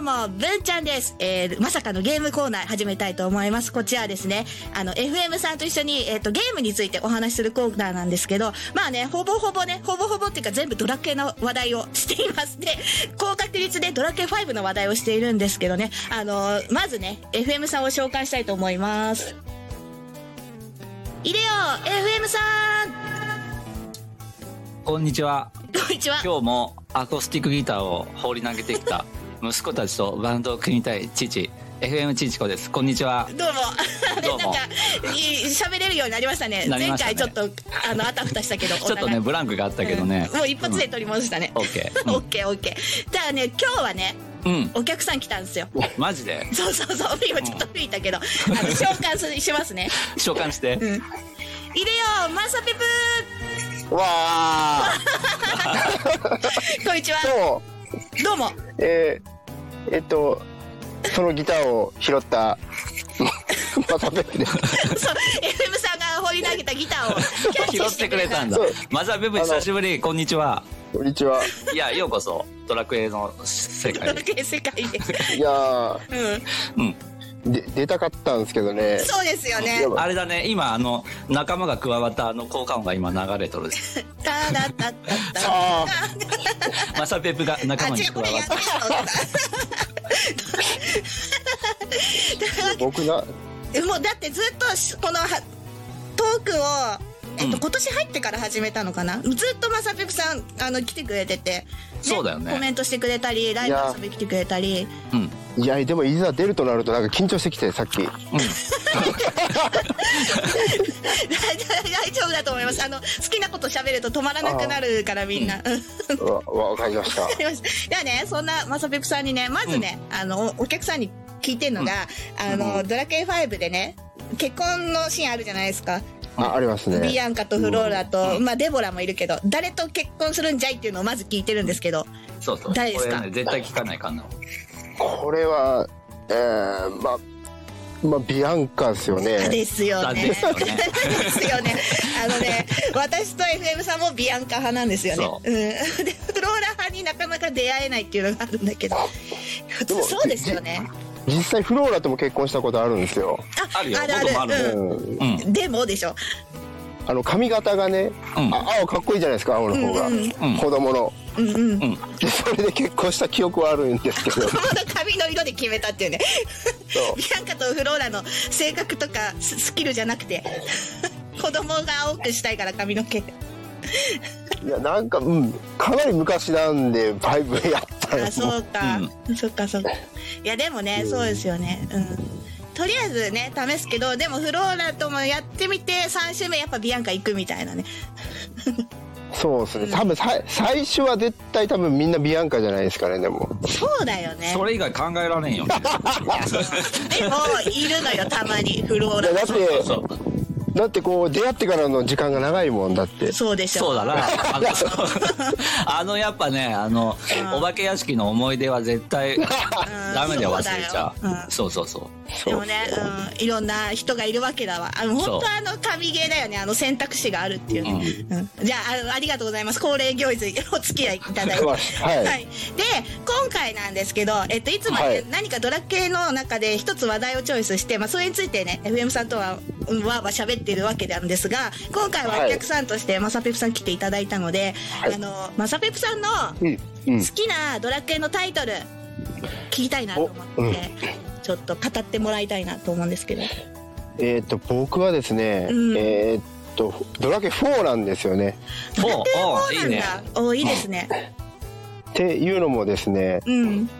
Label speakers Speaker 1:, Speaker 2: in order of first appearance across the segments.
Speaker 1: も文ちゃんです、えー、まさかのゲームコーナー始めたいと思いますこちらですねあの FM さんと一緒に、えーと、とゲームについてお話しするコーナーなんですけどまあねほぼほぼねほぼほぼっていうか全部ドラクエの話題をしていますで高確率でドラクエ5の話題をしているんですけどねあのー、まずね FM さんを紹介したいと思いますいでよ FM さ
Speaker 2: んこんにちは
Speaker 1: こんにちは
Speaker 2: 今日もアコースティックギターを放り投げてき た息子たちとバンドを組みたい父 FM ちいちこですこんにちは
Speaker 1: どうもなんか喋れるようになりましたね、ね、前回ちょっとあのあたふたしたけど
Speaker 2: ちょっとねブランクがあったけどね、
Speaker 1: うん、もう一発で取り戻したね、
Speaker 2: うん、オッケ
Speaker 1: ーオッケーオッケーじゃあね今日はねうん、お客さん来たんですよ。
Speaker 2: マジで。
Speaker 1: そうそうそう、今ちょっと吹いたけど、うん、あの召喚しますね。
Speaker 2: 召喚して。うん、入れよ
Speaker 1: う、マサピ
Speaker 3: プわ
Speaker 1: ー。こんにちは。
Speaker 3: ど
Speaker 1: う。どうも。
Speaker 3: えー、えっと、そのギターを拾った。 マサペプです。
Speaker 1: そう、FM さんが放り投げたギターを
Speaker 2: 拾ってくれたんだ。マサペプ久しぶり、こんにちは。
Speaker 3: こんにちは。
Speaker 2: いや、ようこそ、ドラクエの世界。
Speaker 1: ドラクエ世界
Speaker 3: いや
Speaker 2: うん。
Speaker 3: うん。で、出たかったんですけどね。
Speaker 1: そうですよね。
Speaker 2: あれだね、今、あの、仲間が加わったあの効果音が今流れとる。
Speaker 1: ただたたた。
Speaker 2: ああ。マサペプが 仲間に加わった。
Speaker 3: 僕が。
Speaker 1: もうだってずっとこのトークをえっと、今年入ってから始めたのかな、うん、ずっとまさぴぷさんあの来てくれてて、ね、
Speaker 2: そうだよね
Speaker 1: コメントしてくれたりライブ遊び来てくれたり
Speaker 3: いや,うん、やでもいざ出るとなるとなんか緊張してきてさっき、うん、
Speaker 1: 大丈夫だと思いますあの好きなこと喋ると止まらなくなるからみんな、
Speaker 3: わかりましたわかりま
Speaker 1: したではねそんなまさぴぷさんにねまずね、あのお客さんに聞いてるのが、あの、ドラクエ5でね結婚のシーンあるじゃないですか
Speaker 3: あありますね。
Speaker 1: ビアンカとフローラと、うん、まあデボラもいるけど、誰と結婚するんじゃいっていうのをまず聞いてるんですけど。
Speaker 2: そうそう。
Speaker 1: 誰ですか、
Speaker 2: ね、絶対聞かないかな。
Speaker 3: これは、えー、まあ、まあ、ビアンカですよね。
Speaker 1: ですよね。
Speaker 2: ですよね。
Speaker 1: あのね、私と FM さんもビアンカ派なんですよね。う,うん。で、フローラ派になかなか出会えないっていうのがあるんだけど。普通そうですよね。
Speaker 3: 実際フローラとも結婚したことあるんですよ。
Speaker 2: あ、あるあ
Speaker 1: る。うん。でもでしょ。
Speaker 3: あの髪型がね、青かっこいいじゃないですか、青の方が、子供の。うんうん。でそれで結婚した記憶はあるんですけ ど。子供の
Speaker 1: 髪の色で決めたっていうね。ビアンカとフローラの性格とかスキルじゃなくて、 子供が青くしたいから髪の毛。
Speaker 3: いやなんか、うん、かなり昔なんでバイブやった
Speaker 1: あそうか、うん、そっかそっかいやでもね、うん、そうですよねうんとりあえずね試すけどでもフローラともやってみて3週目やっぱビアンカ行くみたいなね
Speaker 3: そうですね多分さ最初は絶対多分みんなビアンカじゃないですかねでも
Speaker 1: そうだよね
Speaker 2: それ以外考えられんよ、ね、
Speaker 1: でもいるのよたまにフローラ
Speaker 3: だってそうだってこう出会ってからの時間が長いもんだって
Speaker 1: そうでしょ
Speaker 2: そうだなあのあのやっぱねあの、うん、お化け屋敷の思い出は絶対ダメで忘れちゃう、うん、そうそうそう
Speaker 1: でもね、うん、いろんな人がいるわけだわあの本当あの神ゲーだよねあの選択肢があるっていうね、じゃあありがとうございます恒例行事お付き合いいただいてはい、はい、で今回なんですけど、えっと、いつも、ね、はい、何かドラ系の中で一つ話題をチョイスして、まあ、それについてね FM さんとはわわしゃべっててるわけなんですが今回はお客さんとしてまさぺぷさん来ていただいたので、はい、あのまさぺぷさんの好きなドラクエのタイトル聞きたいなと思って、うん、ちょっと語ってもらいたいなと思うんですけど。
Speaker 3: えっと僕はですね、うん、えっとドラケ4なんですよね。
Speaker 1: ドラケ4なんだ。おいいですね。
Speaker 3: っていうのもですね、うん、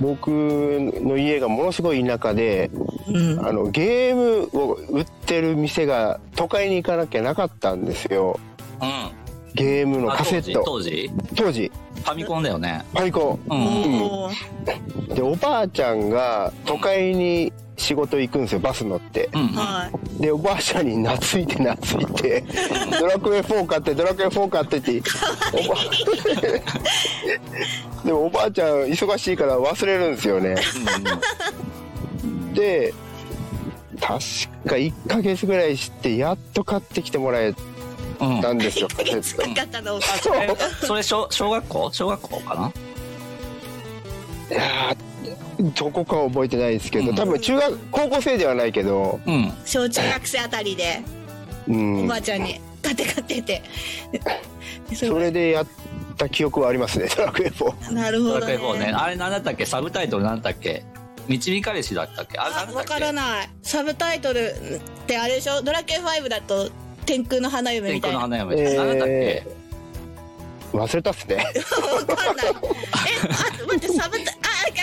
Speaker 3: 僕の家がものすごい田舎で、うん、あのゲームを売ってる店が都会に行かなきゃなかったんですよ、うん、ゲームのカセット
Speaker 2: 当時
Speaker 3: 当時
Speaker 2: ファミコンだよね
Speaker 3: ファミコン、うん、でおばあちゃんが都会に仕事行くんですよバス乗って、でおばあちゃんに懐いて懐いて「ドラクエ4買ってドラクエ4買って」ってでもおばあ ちゃん忙しいから忘れるんですよね、で確か1か月ぐらいしてやっと買ってきてもらえたんですよ、
Speaker 1: うん、
Speaker 2: それ小小学校小学校かない
Speaker 3: やどこか覚えてないですけど、多分中学高校生ではないけど、
Speaker 2: うん、
Speaker 1: 小中学生あたりで、
Speaker 3: う
Speaker 1: お
Speaker 3: ん
Speaker 1: ば、あちゃんに買って買っててそ
Speaker 3: それでやった記憶はありますねドラクエ4
Speaker 1: なるほど
Speaker 2: ドラク
Speaker 1: ね
Speaker 2: エ4ねあれ何だったっけサブタイトル何だったっけ導かれしだったっけあれ
Speaker 1: あ
Speaker 2: 何だっ
Speaker 1: 分
Speaker 2: け
Speaker 1: からないサブタイトルってあれでしょ「ドラクエ5」だと「天空の花嫁」
Speaker 2: 天
Speaker 1: みた
Speaker 2: 空
Speaker 1: い
Speaker 2: の
Speaker 1: な
Speaker 2: 花嫁、何だったっけ
Speaker 3: え忘れたっすね
Speaker 1: 分かんないえあ待ってサブタイあ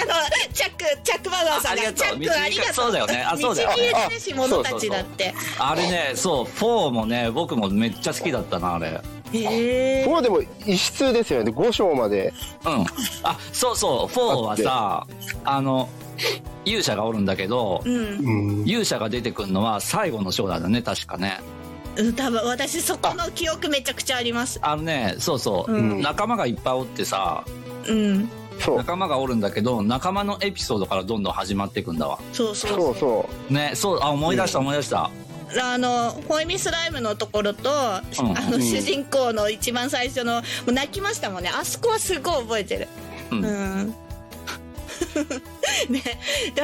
Speaker 1: あのチャックチャックバウアーさん
Speaker 2: あありがとう
Speaker 1: チャックありがとう
Speaker 2: そうだよねあそうだよね
Speaker 1: 導かれし者たちだって
Speaker 2: あれねそう4もね僕もめっちゃ好きだったなあれ
Speaker 1: へえ
Speaker 3: もうでも一室ですよね5章まで
Speaker 2: うんあそうそう4はさあの勇者がおるんだけど、
Speaker 1: うん
Speaker 3: うん
Speaker 2: 勇者が出てくるのは最後の章だね確かね
Speaker 1: うん多分私そこの記憶めちゃくちゃあります
Speaker 2: あのねそうそう、
Speaker 1: うん
Speaker 2: 仲間がいっぱいおってさ
Speaker 1: うん
Speaker 3: そう
Speaker 2: 仲間がおるんだけど仲間のエピソードからどんどん始まっていくんだわ
Speaker 1: そうそう
Speaker 3: そうそ
Speaker 2: ねそうあ思い出した思い出した、
Speaker 1: あのホイミスライムのところと、あの
Speaker 3: うん
Speaker 1: 主人公の一番最初のもう泣きましたもんねあそこはすごい覚えてる
Speaker 2: う
Speaker 1: うんん、 ねだ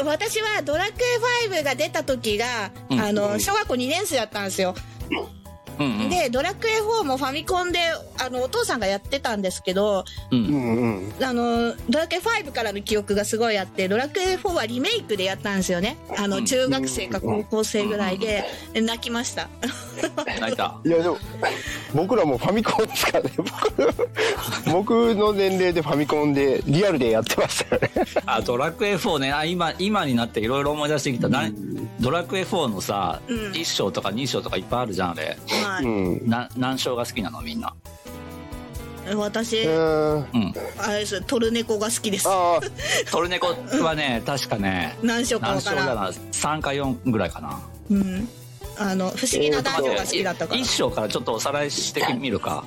Speaker 1: あ私は「ドラクエ5」が出た時が、
Speaker 2: うん
Speaker 1: あの小学校2年生だったんですよ、
Speaker 2: うんうん
Speaker 1: で「ドラクエ4」もファミコンであのお父さんがやってたんですけど
Speaker 2: う
Speaker 3: ううんんうん
Speaker 1: あのドラクエ5からの記憶がすごいあってドラクエ4はリメイクでやったんですよねあ
Speaker 2: う
Speaker 1: の
Speaker 2: ん
Speaker 1: 中学生か高校生ぐらいで泣きました
Speaker 2: 泣いた
Speaker 3: いやでも僕らもファミコンですからね僕僕の年齢でファミコンでリアルでやってましたよね
Speaker 2: あドラクエ4ねあ今今になっていろいろ思い出してきた、なドラクエ4のさ、
Speaker 1: うん
Speaker 2: 一1章とか2章とかいっぱいあるじゃんあれ
Speaker 1: は
Speaker 3: うん
Speaker 2: な何章が好きなのみんない
Speaker 1: 私
Speaker 3: えー
Speaker 2: うん
Speaker 1: あれですトルネコが好きです
Speaker 3: ああ
Speaker 2: トルネコはね確かね
Speaker 1: 何色か
Speaker 2: 何
Speaker 1: わ
Speaker 2: 章
Speaker 1: から
Speaker 2: だ
Speaker 1: ん
Speaker 2: な3か4ぐらいかな
Speaker 1: うんあの不思議な男女が好きだったから
Speaker 2: 1章からちょっとおさらいしてみるか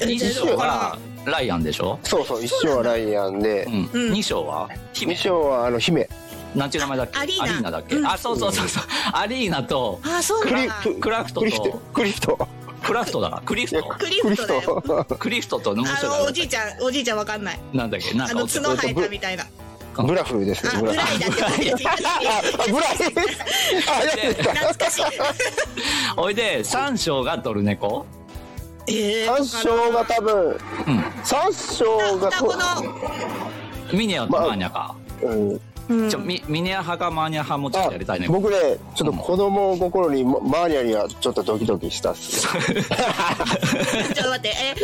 Speaker 1: え
Speaker 2: 1章はライアンでしょ、
Speaker 3: そうそう一章はライアンで
Speaker 2: うん
Speaker 1: うん
Speaker 2: 2章は姫
Speaker 3: 二章はあの姫
Speaker 2: なんていう名前だっけ
Speaker 1: あアリーナ
Speaker 2: だっけ、
Speaker 1: うん
Speaker 2: あそうそうそうそうアリーナと
Speaker 1: あそう
Speaker 3: ク
Speaker 1: なん
Speaker 3: リ
Speaker 1: だ
Speaker 3: ク
Speaker 2: クラフト
Speaker 3: クリフト
Speaker 2: と
Speaker 3: クリフト
Speaker 2: クラフトだなクリフト
Speaker 1: クリフトだよ
Speaker 3: クリフト
Speaker 2: クリフトともう一
Speaker 1: あ
Speaker 2: 人
Speaker 1: のお
Speaker 2: 誰
Speaker 1: じ
Speaker 2: だ
Speaker 1: いちゃんおじいちゃんわかんない
Speaker 2: んなんだっけなん
Speaker 1: あ
Speaker 2: か
Speaker 1: の角生えたみたいな
Speaker 3: ブラフです
Speaker 1: あ
Speaker 3: ね
Speaker 1: ブラ
Speaker 3: ブ
Speaker 1: イ
Speaker 3: ラ
Speaker 1: だ
Speaker 3: フ
Speaker 1: って
Speaker 3: あブラフ あやってた
Speaker 1: 懐かしい
Speaker 2: おいで3章がドルネコ
Speaker 1: ええ
Speaker 3: 三章が多分三章
Speaker 1: 双
Speaker 3: がと
Speaker 1: 子の
Speaker 2: ミネアとマーニャか、
Speaker 3: うん
Speaker 1: うん
Speaker 2: ちょミミネア派かマーニャ派もちょっ
Speaker 3: あ
Speaker 2: とやりたいね
Speaker 3: 僕ねちょっと子供心にママーニャにはちょっとドキドキしたっ す
Speaker 1: ちょっと待って、え、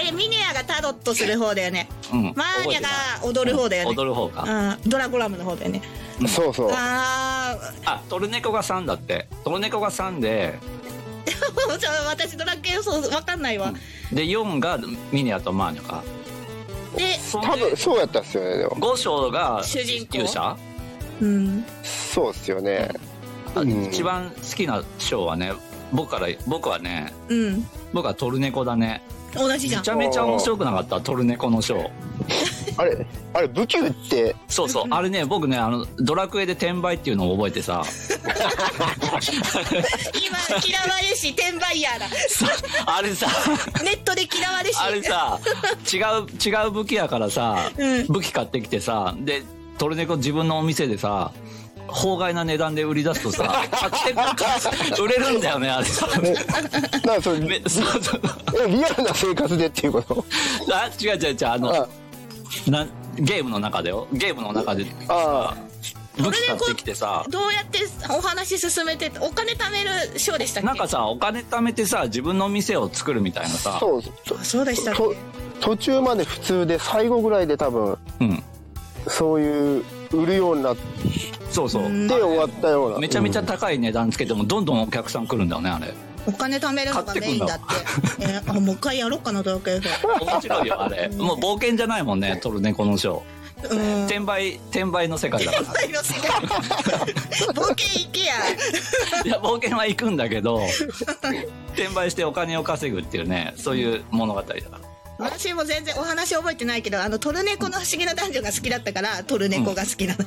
Speaker 1: あれ、ミネアがタロットする方だよね。
Speaker 2: うん
Speaker 1: マーニャが踊る方だよね。
Speaker 2: 踊る方か、
Speaker 1: うん、ドラゴラムの方だよね。
Speaker 3: そうそう
Speaker 1: あー、
Speaker 2: あトルネコが3だってトルネコが3で
Speaker 1: ちょ私ドラクエ予想わかんないわ。
Speaker 2: で4がミネアとマーニャか
Speaker 1: で、
Speaker 2: そん
Speaker 3: 多
Speaker 2: で
Speaker 3: 分そうやったっすよねでも
Speaker 2: 5章が
Speaker 1: 主人公
Speaker 2: 勇者
Speaker 1: うん。
Speaker 3: そうっすよね
Speaker 2: あ
Speaker 3: うん
Speaker 2: 一番好きな章はね僕から僕はね
Speaker 1: うん。
Speaker 2: 僕はトルネコだね
Speaker 1: 同じじ
Speaker 2: め
Speaker 1: ゃん
Speaker 2: ち。ゃめちゃ面白くなかったトルネコの章
Speaker 3: あれあれ武器って
Speaker 2: そうそうあれね僕ねあのドラクエで転売っていうのを覚え てさ
Speaker 1: 今、嫌われし、転売 ヤーだ。
Speaker 2: さあれさ
Speaker 1: ネットで嫌われし。
Speaker 2: あれさ違う違う武器やからさ、
Speaker 1: うん
Speaker 2: 武器買ってきてさでトルネコ自分のお店でさ法外な値段で売り出すとさ買って買って売れるんだよねあれさ
Speaker 3: なんかそ れ
Speaker 2: めそうそう
Speaker 3: えリアルな生活でっていうこと
Speaker 2: あ違う違う違うあの
Speaker 3: あ
Speaker 2: なゲームの中でよゲームの中で
Speaker 3: あ
Speaker 2: 武器買ってきてさ
Speaker 1: どうやってお話進めて、お金貯めるショーでしたっけ
Speaker 2: なんかさお金貯めてさ自分の店を作るみたいなさ
Speaker 3: そう
Speaker 1: あそうでしたっけ
Speaker 3: と途中まで普通で最後ぐらいで多分
Speaker 2: うん
Speaker 3: そういう売るようになって
Speaker 2: そうそう
Speaker 3: 終わったような
Speaker 2: めちゃめちゃ
Speaker 3: うん
Speaker 2: 高い値段つけてもどんどんお客さん来るんだよねあれ
Speaker 1: お金貯めるのがメインだって。えーあ、もう一回やろうかな、ドラクエ予想。
Speaker 2: 面白いよあれもう冒険じゃないもんねトルネコのショー
Speaker 1: うん。
Speaker 2: 転売転売の世界だか
Speaker 1: ありますね冒険行けや。
Speaker 2: らいや冒険は行くんだけど転売してお金を稼ぐっていうねそういう物語だから
Speaker 1: 私も全然お話覚えてないけど、あのトルネコの不思議な男女が好きだったから、トルネコが好きなの。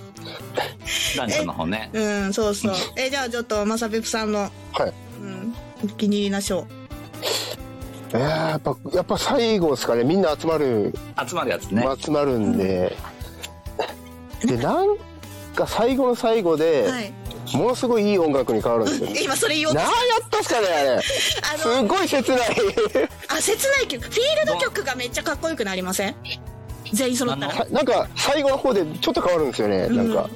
Speaker 2: 男女の方ね
Speaker 1: うん、そうそう。え、じゃあちょっとまさぺぷさんの、
Speaker 3: はい
Speaker 1: うん、お気に入りなショー。
Speaker 3: えーやっぱやっぱ最後ですかねみんな集まる
Speaker 2: 集まるやつね
Speaker 3: 集まるんで、でなんか最後の最後で、
Speaker 1: はい
Speaker 3: ものすごいいい音楽に変わるんですよ、ね、
Speaker 1: 今それ言おうと
Speaker 3: 何やったっすかねあれ
Speaker 1: あの
Speaker 3: すごい切ない
Speaker 1: あ切ないけどフィールド曲がめっちゃかっこよくなりません全員揃ったら
Speaker 2: あ
Speaker 1: フ
Speaker 2: の
Speaker 3: さ なんか最後の方でちょっと変わるんですよね、なんか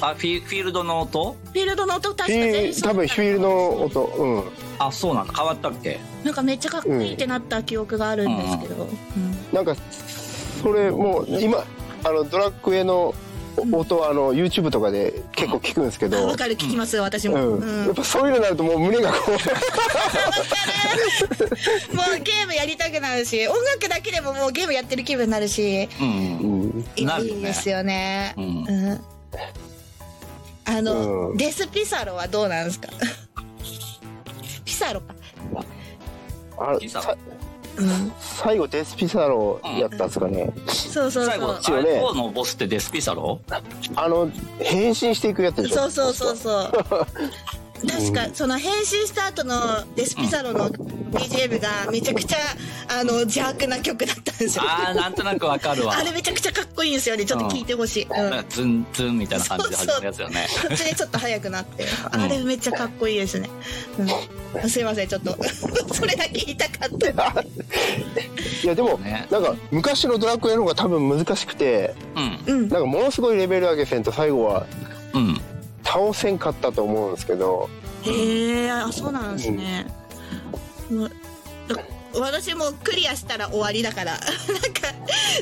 Speaker 2: あフィフィールドの音
Speaker 1: ィールドの音確か
Speaker 3: フ
Speaker 1: 全
Speaker 3: ィ
Speaker 1: 員揃
Speaker 3: ー多
Speaker 1: ったら
Speaker 3: 分フィールドの音うん
Speaker 2: あそうなんだ変わったっけ
Speaker 1: なんかめっちゃかっこいいってなった記憶があるんですけど、うん
Speaker 3: なんかそれもう今あのドラッグへの音はあの YouTube とかで結構聞くんですけ
Speaker 1: あ
Speaker 3: ど
Speaker 1: わ、かる聞きます私
Speaker 3: う
Speaker 1: も、
Speaker 3: ん
Speaker 1: うん
Speaker 3: やっぱそういうのになるともう胸がこ
Speaker 1: もうゲームやりたくなるし音楽だけでももうゲームやってる気分になるし
Speaker 2: う
Speaker 3: う、
Speaker 2: ん
Speaker 3: うん、
Speaker 1: い
Speaker 2: なるよね
Speaker 1: いですよね
Speaker 2: う
Speaker 1: うんん、あの、
Speaker 3: うん
Speaker 1: デスピサロはどうなんですか ピサロか、
Speaker 3: あ
Speaker 2: いいさ
Speaker 3: さ
Speaker 1: うん、
Speaker 3: 最後デスピサロやったんですかね、
Speaker 1: そうそう
Speaker 2: 最後
Speaker 1: そう
Speaker 3: 一応ね
Speaker 2: 最後のボスってデスピサロ
Speaker 3: あの変身していくやつでし
Speaker 1: そ
Speaker 3: ょ
Speaker 1: うそうそうそう確かその変身した後のデスピサロの BGM がめちゃくちゃあの邪悪な曲だったんですよ
Speaker 2: ああなんとなくわかるわ
Speaker 1: あれめちゃくちゃかっこいいんですよねちょっと聞いてほしい、うん
Speaker 2: なんかズンズンみたいな感じで始まるやつよね
Speaker 1: 途中でちょっと早くなって、
Speaker 2: うん
Speaker 1: あれめっちゃかっこいいですね、うん、すいませんちょっと それだけ言いたかった
Speaker 3: いやでも、
Speaker 2: ね
Speaker 3: なんか昔のドラクエの方が多分難しくて
Speaker 2: う
Speaker 1: うん
Speaker 3: なんかものすごいレベル上げせんと最後は
Speaker 2: んうん
Speaker 3: 倒せんかったと思うんですけど
Speaker 1: へえあそうなんですね、もうだ私もクリアしたら終わりだから なんか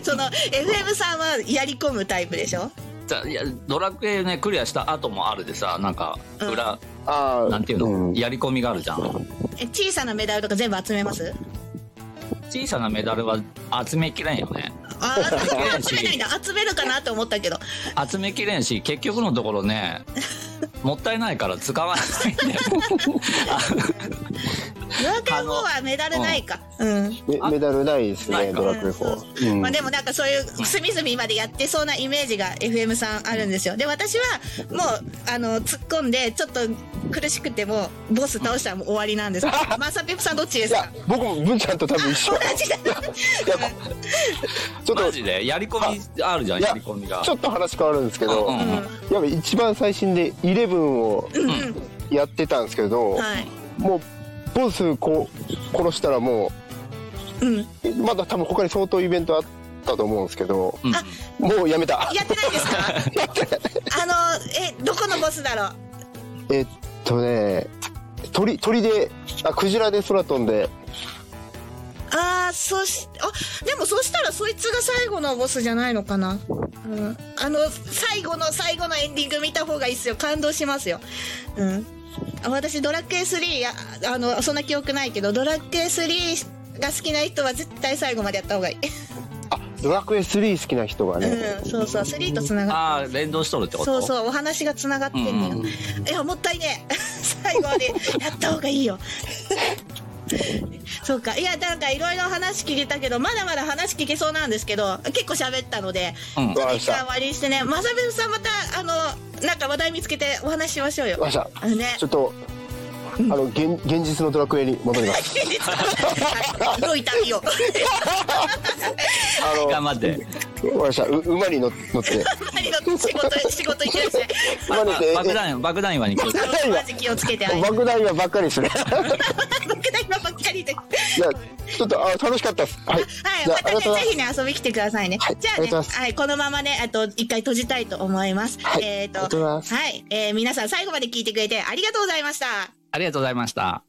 Speaker 1: その FM さんはやり込むタイプでしょ
Speaker 2: じゃあいやドラクエねクリアした後もあるでさなんか
Speaker 1: うん
Speaker 2: 裏、
Speaker 3: ああ
Speaker 2: なんていうの、
Speaker 3: ん
Speaker 2: やり込みがあるじゃん
Speaker 1: え小さなメダルとか全部集めます
Speaker 2: 小さなメダルは集めきれんよね
Speaker 1: あー集めないんだ集めるかなと思ったけど
Speaker 2: 集めきれんし結局のところ ねもったいないから使わないんだよ
Speaker 1: ドラクエ4はメダルないかうん
Speaker 3: メメダルないです
Speaker 2: な
Speaker 3: ね
Speaker 2: いか
Speaker 3: ドラクエ
Speaker 1: そう
Speaker 3: 4、うん
Speaker 1: まあ、でもなんかそういう隅々までやってそうなイメージが FM さんあるんですよで私はもうあの突っ込んでちょっと苦しくてもボス倒したらもう終わりなん ですけどマサペプさんどっちで
Speaker 3: い
Speaker 1: すか
Speaker 3: や僕も文ちゃんと多分 一緒
Speaker 1: 同じだ
Speaker 3: ちょっ
Speaker 2: マ
Speaker 3: と
Speaker 2: ジでやり込みあるじゃん
Speaker 3: いや
Speaker 2: やり込みが
Speaker 3: ちょっと話変わるんですけど、
Speaker 2: うんうん
Speaker 1: うん
Speaker 2: う
Speaker 1: は
Speaker 2: ん
Speaker 3: やっぱ一番最新で11をやってたんですけど、
Speaker 1: い
Speaker 3: もうボスこう殺したらも
Speaker 1: うん
Speaker 3: うまだ多分他に相当イベントあったと思うんですけど
Speaker 2: うん
Speaker 1: あ
Speaker 3: もうやめた
Speaker 1: やってないですか あのえどこのボスだろう
Speaker 3: えっとね鳥鳥であクジラで空飛んで
Speaker 1: ああそしあでもそしたらそいつが最後のボスじゃないのかな、うん、あの最後の最後のエンディング見た方がいいっすよ感動しますよ、うん、あ私ドラクエ3やあのそんな記憶ないけどドラクエ3が好きな人は絶対最後までやった方がいい、
Speaker 3: あドラクエ3好きな人がね、
Speaker 1: うん、そうそう3とつながっ
Speaker 2: ああ連動しとるってこと
Speaker 1: そう
Speaker 2: う
Speaker 1: そうお話がつながってんのよ、
Speaker 2: うんうん
Speaker 1: いやもったいねえ 最後までやった方がいいよ そうかいやなんかいろいろ話聞けたけどまだまだ話聞けそうなんですけど結構喋ったので
Speaker 2: うん
Speaker 1: ちょっ
Speaker 3: わ
Speaker 1: と
Speaker 3: かりま
Speaker 1: 一
Speaker 3: した
Speaker 1: 回終わりにしてねまさみさんまたあのなんか話題見つけてお話ししましょう よ
Speaker 3: わかりました
Speaker 1: あのね
Speaker 3: ちょっとあの現現実のドラクエに戻ります
Speaker 1: どういたみ よ
Speaker 3: あの
Speaker 2: 頑張って
Speaker 3: わかりましたう馬に乗っ乗って
Speaker 1: マリの仕事仕事行ってらっしゃい
Speaker 3: 馬に乗って
Speaker 2: ば 爆弾爆弾岩に気をつけて
Speaker 1: あのマジ気をつけてあげて
Speaker 3: 爆弾はばっかりですね
Speaker 1: 僕だ今ばっかりで
Speaker 3: いやちょっとあ楽しかったですはい、
Speaker 1: はい、
Speaker 3: じゃ
Speaker 1: ま
Speaker 3: あ
Speaker 1: た
Speaker 3: あり
Speaker 1: ね
Speaker 3: がとうございます
Speaker 1: ぜひね、遊び来てくださいね。
Speaker 3: はい
Speaker 1: じゃあ
Speaker 3: あ
Speaker 1: ね
Speaker 3: りがとうございます
Speaker 1: はい、このままね、あと、一回閉じたいと思います。
Speaker 3: はい
Speaker 1: えっ、
Speaker 3: ありがとうございます
Speaker 1: はい、えー皆さん最後まで聞いてくれてありがとうございました。
Speaker 2: ありがとうございました